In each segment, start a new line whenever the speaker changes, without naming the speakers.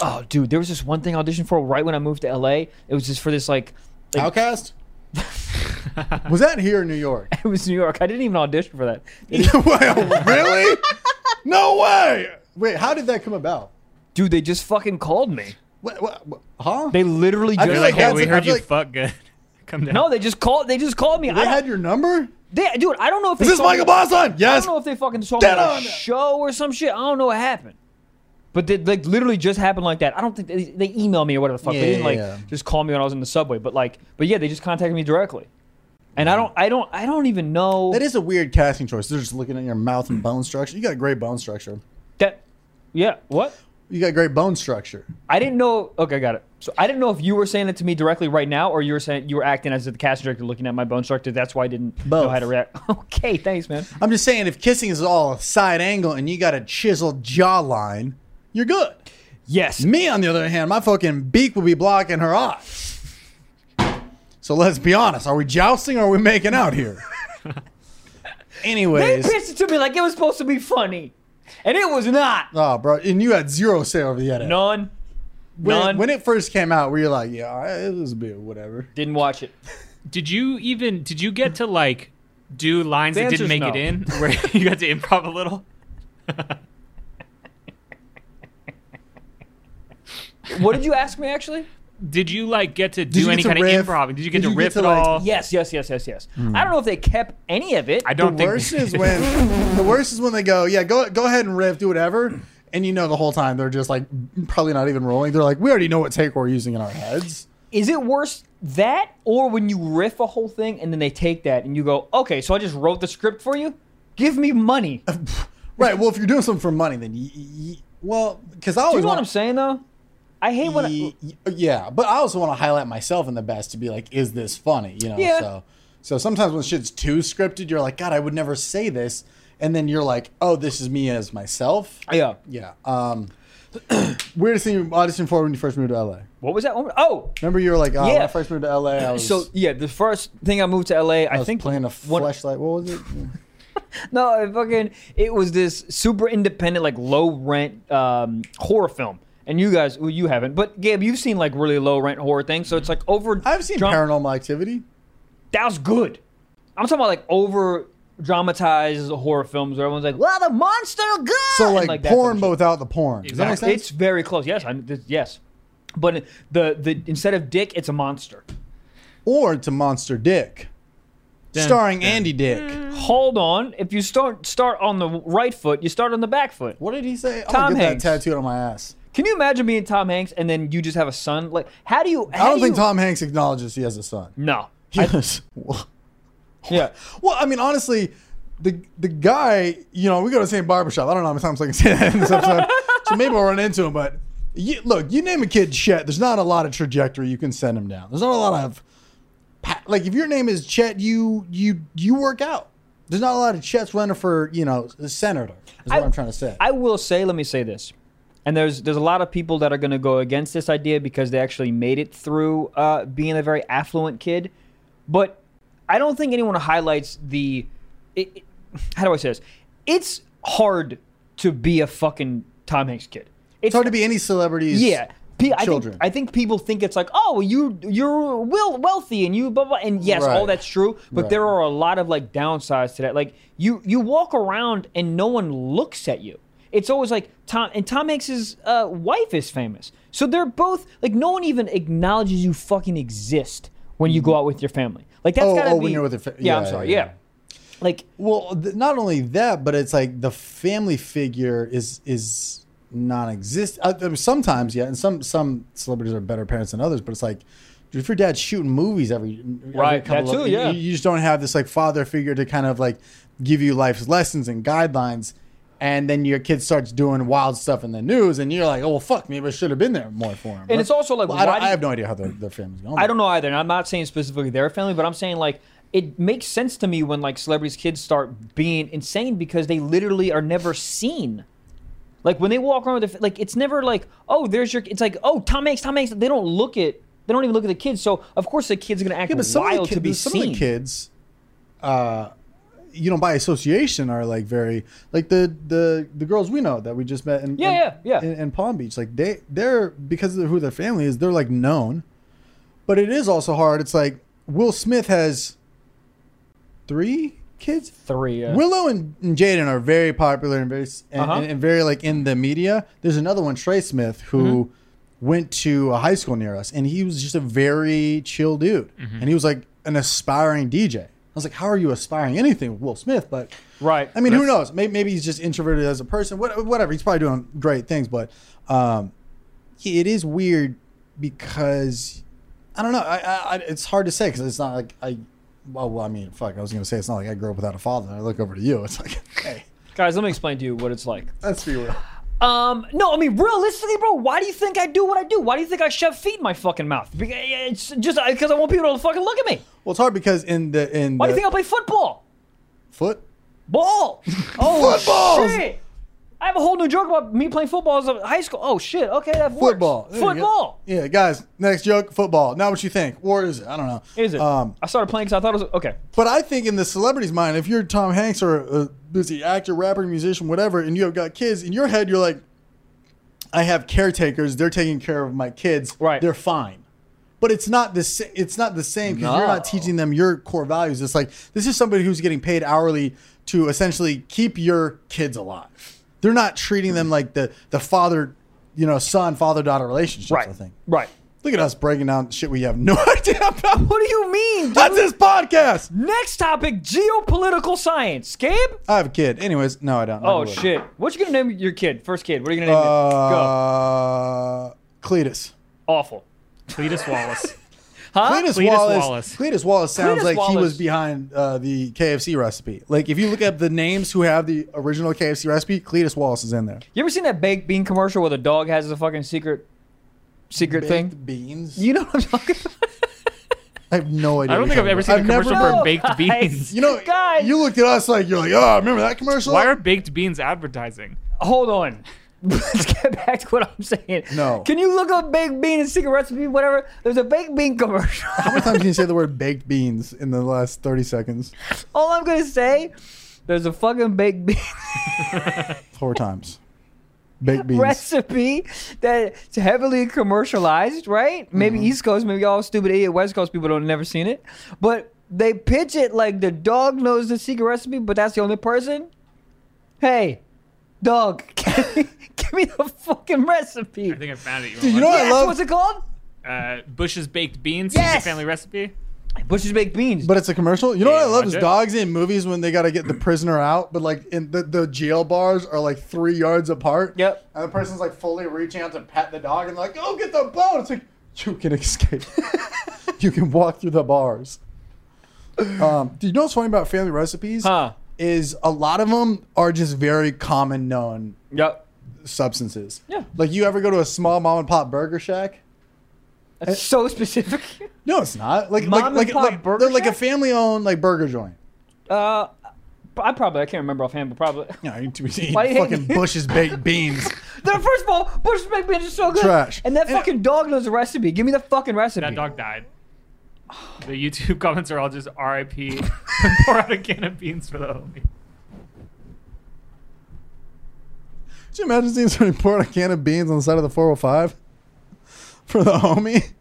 Oh, dude, there was this one thing I auditioned for right when I moved to LA. It was just for this like
Outcast? was that here in New York?
it was New York. I didn't even audition for that.
Well, really? No way! Wait, how did that come about?
Dude, they just fucking called me.
What, what, what- huh?
They literally
I
just
feel
Like, hey,
That's-
we
I
heard
feel
you
like-
fuck good. Come down.
No, they just called they just called me.
they
I
had your number?
they, dude, I don't know if
Is
they
this
saw me-
Michael Bosson?
I
Yes.
don't know if they fucking saw me at
Dead
a
on.
show or some shit. I don't know what happened. But they like literally just happened like that. I don't think they, they emailed me or whatever the fuck.
Yeah,
they didn't like
yeah.
just call me when I was in the subway. But like, but yeah, they just contacted me directly. And I don't, I don't, I don't even know
That is a weird casting choice. They're just looking at your mouth and bone structure. You got great bone structure.
that. Yeah, what?
You got great bone structure.
I didn't know. Okay, got it. So I didn't know if you were saying it to me directly right now, or you were saying you were acting as the cast director, looking at my bone structure. That's why I didn't know
Both.
how to react. Okay, thanks, man.
I'm just saying, if kissing is all a side angle and you got a chiseled jawline, you're good.
Yes,
Me, on the other hand, my fucking beak would be blocking her eyes. So let's be honest. Are we jousting or are we making out here?
they
Anyways.
pitched it to me like it was supposed to be funny, and it was not.
Oh, bro. And you had zero say over the edit.
None.
when,
None.
when it first came out, we were like, yeah, all right, this is a bit whatever.
didn't watch it.
Did you even? Did you get to like do lines
The
that didn't
answer's
make
no.
it in? Where you got to improv a little?
What did you ask me actually?
Did you like get to
you
do
get
any
to
kind
riff?
of improv? Did you get
Did
to
you get
riff
to,
at
like-
all?
Yes, yes, yes, yes, yes.
Hmm.
I don't know if they kept any of it.
I don't
the
think.
worst is when the worst is when they go, yeah, go go ahead and riff, do whatever, and you know the whole time they're just like probably not even rolling. They're like, we already know what take we're using in our heads.
Is it worse that or when you riff a whole thing and then they take that and you go, okay, so I just wrote the script for you? Give me money. Do
Right. Well, if you're doing something for money, then y- y- y- well, because I
you
always
know what I'm
want
saying though? I hate when I,
y- y- yeah, but I also want to highlight myself in the best to be like, is this funny? You know.
Yeah.
So so sometimes when shit's too scripted, you're like, God, I would never say this, and then you're like, oh, this is me as myself.
yeah.
Yeah. Um, weirdest thing you auditioned for when you first moved to LA.
What was that? one? Oh,
Remember you were like, oh, when I
Yeah.
first moved to LA, I was,
so yeah, the first thing I moved to LA, I,
I was
think
playing a
one-
flashlight. What was it?
No, it fucking it was this super independent, like low rent um, horror film. And you guys, well, you haven't, but Gabe, you've seen like really low rent horror things. So it's like over.
I've seen
dram-
Paranormal Activity.
That was good. I'm talking about like over dramatized horror films where everyone's like, "Well, the monster good."
So
and,
like,
that
porn,
type
but
of shit.
without the porn. Does that make
Exactly.
sense?
It's very close. Yes, I, this, yes. But the the instead of dick, it's a monster.
or it's a monster dick, starring Andy Dick.
Hold on. If you start start on the right foot, you start on the back foot.
What did he say? I'm
Tom
gonna get
Hanks.
that tattooed on my ass.
Can you imagine being Tom Hanks and then you just have a son? Like, how do you? How
I don't
do
think
you-
Tom Hanks acknowledges he has a son.
No.
Yes.
Yeah.
Well, I mean, honestly, the the guy, you know, we go to the same barbershop. I don't know how many times I can say that in this episode, so maybe I'll run into him. But you, look, you name a kid Chet, there's not a lot of trajectory you can send him down. There's not a lot of pa- like if your name is Chet, you you you work out. There's not a lot of Chet's running for you know senator. Is what I,
I-
am trying to say.
I will say, let me say this, and there's there's a lot of people that are going to go against this idea because they actually made it through uh, being a very affluent kid, but I don't think anyone highlights the. It, it- how do I say this? It's hard to be a fucking Tom Hanks kid.
it's hard to be any celebrities.
Yeah. Pe- I think,
children.
I think people think it's like, oh, well, you you're will wealthy and you blah blah, and yes, all
Right.
that's true. But
Right.
there are a lot of like downsides to that. Like you you walk around and no one looks at you. It's always like Tom and Tom Hanks's uh, wife is famous, so they're both like no one even acknowledges you fucking exist when you go out with your family. Like that's
Mm-hmm. Oh,
gotta
oh,
be
when you're with your fa-
yeah, I'm
yeah,
sorry,
yeah.
yeah. Like
Well, th- not only that, but it's like the family figure is is non-existent. Uh, I mean, sometimes, yeah, and some some celebrities are better parents than others. But it's like, dude, if your dad's shooting movies every every
Right,
couple
that
of-
too, yeah.
you, you just don't have this like father figure to kind of like give you life's lessons and guidelines. And then your kid starts doing wild stuff in the news, and you're like, "Oh well, fuck, maybe I should have been there more for him."
And it's also like,
Well, I, don't-
why do
I
you-
have no idea how their, their family's going.
I don't know either, and I'm not saying specifically their family, but I'm saying like it makes sense to me when like celebrities' kids start being insane because they literally are never seen. Like when they walk around with their, like it's never like oh there's your it's like oh Tom Hanks Tom Hanks they don't look at they don't even look at the kids so of course the kids are gonna act
Yeah, but some
wild
of the, kid,
to be
some
seen.
of the kids, uh, you know by association are like very like the the the girls we know that we just met in
Yeah,
in-
yeah, yeah.
in, in Palm Beach like they they're because of who their family is they're like known, but it is also hard. It's like Will Smith has three kids.
Three. Uh,
Willow and, and Jaden are very popular and very s- and,
Uh-huh.
and, and very like in the media. There's another one, Trey Smith, who went to a high school near us, and he was just a very chill dude, and he was like an aspiring DJ. I was like, how are you aspiring anything with Will Smith? But
right.
I mean, who knows? Maybe, maybe he's just introverted as a person. What, whatever. He's probably doing great things, but um, he- it is weird because I don't know. I, I, I it's hard to say because it's not like I. Well, well, I mean, fuck. I was gonna say it's not like I grew up without a father. I look over to you. It's like, hey,
Guys, let me explain to you what it's like.
let's be real.
Um, no, I mean, realistically, bro, why do you think I do what I do? Why do you think I shove feet in my fucking mouth? Be- It's just because I want people to fucking look at me.
Well, it's hard because in the in
Why do
the
you think I play football?
foot.
Ball. Oh,
Footballs!
shit. I have a whole new joke about me playing football as a high school. Oh, shit. Okay, that works.
Football. There you go.
Football.
Yeah, guys. Next joke, football. Now, what you think? Or is it? I don't know.
Is it?
Um,
I started playing because I thought it was. Okay.
But I think in the celebrity's mind, if you're Tom Hanks or a busy actor, rapper, musician, whatever, and you have got kids, in your head you're like, I have caretakers. They're taking care of my kids.
Right.
They're fine. But it's not the sa- it's not the same because you're not
No.
teaching them your core values. It's like this is somebody who's getting paid hourly to essentially keep your kids alive. They're not treating them like the the father, you know, son father daughter relationships. I
Right.
think.
Right.
Look at us breaking down shit we have no idea about.
What do you mean, dude?
That's this podcast.
Next topic geopolitical science. Gabe?
I have a kid. Anyways, no, I don't.
Oh,
I would.
shit. What you going to name your kid? First kid. What are you going to name it? Go.
Uh, Cletus.
Awful.
Cletus Wallace.
Huh?
Cletus,
Cletus
Wallace,
Wallace.
Cletus Wallace sounds
Cletus
like he was
Wallace.
behind uh, the KFC recipe. Like if you look up the names who have the original KFC recipe, Cletus Wallace is in there.
You ever seen that baked bean commercial where the dog has a fucking secret secret thing?
Baked beans.
You know what I'm talking about?
I have no idea.
I don't
what
think
you're
I've ever seen
talking
a
about.
commercial
never-
No,
for baked beans.
You know,
Guys.
you looked at us like you're like, oh, remember that commercial?
Why are baked beans advertising?
Hold on. Let's get back to what I'm saying.
No.
Can you look up baked bean and secret recipe, whatever? There's a baked bean commercial.
How many times can you say the word baked beans in the last thirty seconds?
All I'm gonna say, there's a fucking baked bean
Four times. Baked beans.
recipe that's heavily commercialized, right? Maybe
Mm-hmm.
East Coast, maybe all stupid idiot West Coast people don't never seen it. But they pitch it like the dog knows the secret recipe, but that's the only person. Hey, dog, give me, give me the fucking recipe.
I think I found it. You,
Dude, you
want
know what Oh, I
Yes,
love?
what's it called?
uh, Bush's baked beans.
Yes!
Is a family recipe.
Bush's baked beans.
But it's a commercial. You know what I
Yeah,
love is
watch it.
dogs in movies when they got to get the prisoner out, but like in the, the jail bars are like three yards apart.
Yep.
And the person's like fully reaching out to pet the dog and like, oh, get the bone. It's like, you can escape. you can walk through the bars. Um, do you know what's funny about family recipes?
Huh.
Is a lot of them are just very common known
yep.
substances.
Yeah.
Like you ever go to a small mom and pop burger shack?
That's so specific.
No, it's not. Like
Mom and
like like,
pop
like
burger
they're like a
shack?
family owned like burger joint.
Uh, I probably I can't remember offhand, but probably.
Yeah, you two eat
Why you hate
fucking
me?
Bush's baked beans.
The first of all, Bush's baked beans is so good.
Trash.
And that
And-
fucking dog knows the recipe. Give me the fucking recipe.
That dog died. The YouTube comments are all just RIP. Pour out a can of beans for the homie.
Could you imagine seeing somebody pour out a can of beans on the side of the 405 for the homie?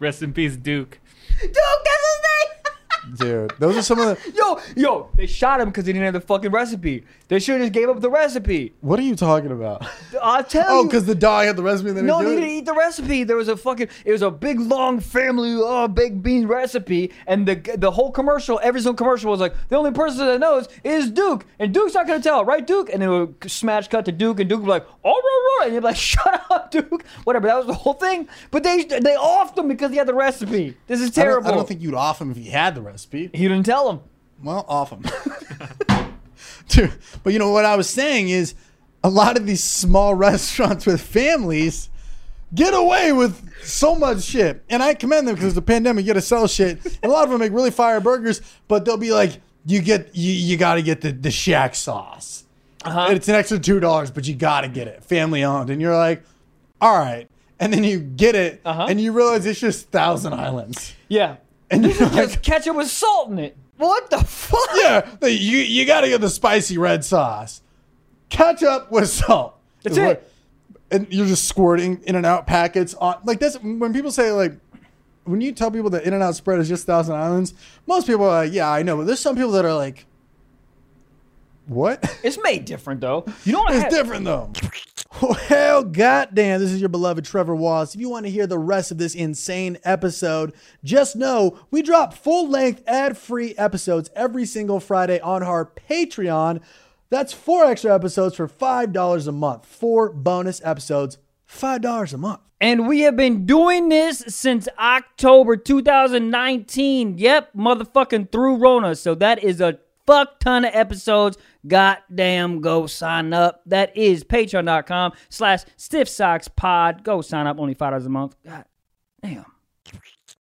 Rest in peace, Duke.
Dude, that's his name.
Dude, those are some of the.
yo, yo, they shot him because he didn't have the fucking recipe. They should have just gave up the recipe.
What are you talking about?
I'll tell
Oh,
you.
because the dog had the recipe. And they
no, they
didn't do it?
didn't eat the recipe. There was a fucking, it was a big long family uh, baked bean recipe, and the the whole commercial, every single commercial was like, the only person that knows is Duke, and Duke's not gonna tell, right, Duke? And then it would smash cut to Duke, and Duke would be like, oh, right, right," and you'd be like, shut up, Duke, whatever. That was the whole thing. But they they offed him because he had the recipe. This is
I don't-
terrible.
I don't think you'd off him if he had the recipe.
he didn't tell him.
Well, off them. Dude, but you know what I was saying is a lot of these small restaurants with families get away with so much shit. And I commend them because the pandemic, you got to sell shit. And a lot of them make really fire burgers, but they'll be like, you get you, you got to get the, the shack sauce. And It's an extra $2, but you got to get it. Family owned. And you're like, all right. And then you get it
Uh-huh.
and you realize it's just Thousand Islands.
Yeah.
And you're like,
Just ketchup with salt in it. What the fuck?
Yeah, the- you you got to get the spicy red sauce, ketchup with salt.
That's
Is
it.
what- and you're just squirting in and out packets on like that's when people say like when you tell people that in and out spread is just thousand islands most people are like yeah i know but there's some people that are like what
It's made different though. You know what I
it's
had?
different though well goddamn this is your beloved trevor wallace if you want to hear the rest of this insane episode just know we drop full-length ad-free episodes every single friday on our patreon that's four extra episodes for $5 a month four bonus episodes $5 a month
And we have been doing this since October 2019. Yep, motherfucking through Rona. So that is a fuck ton of episodes. Goddamn, go sign up. That is patreon.com slash stiff socks pod. Go sign up, only $5 a month. God damn.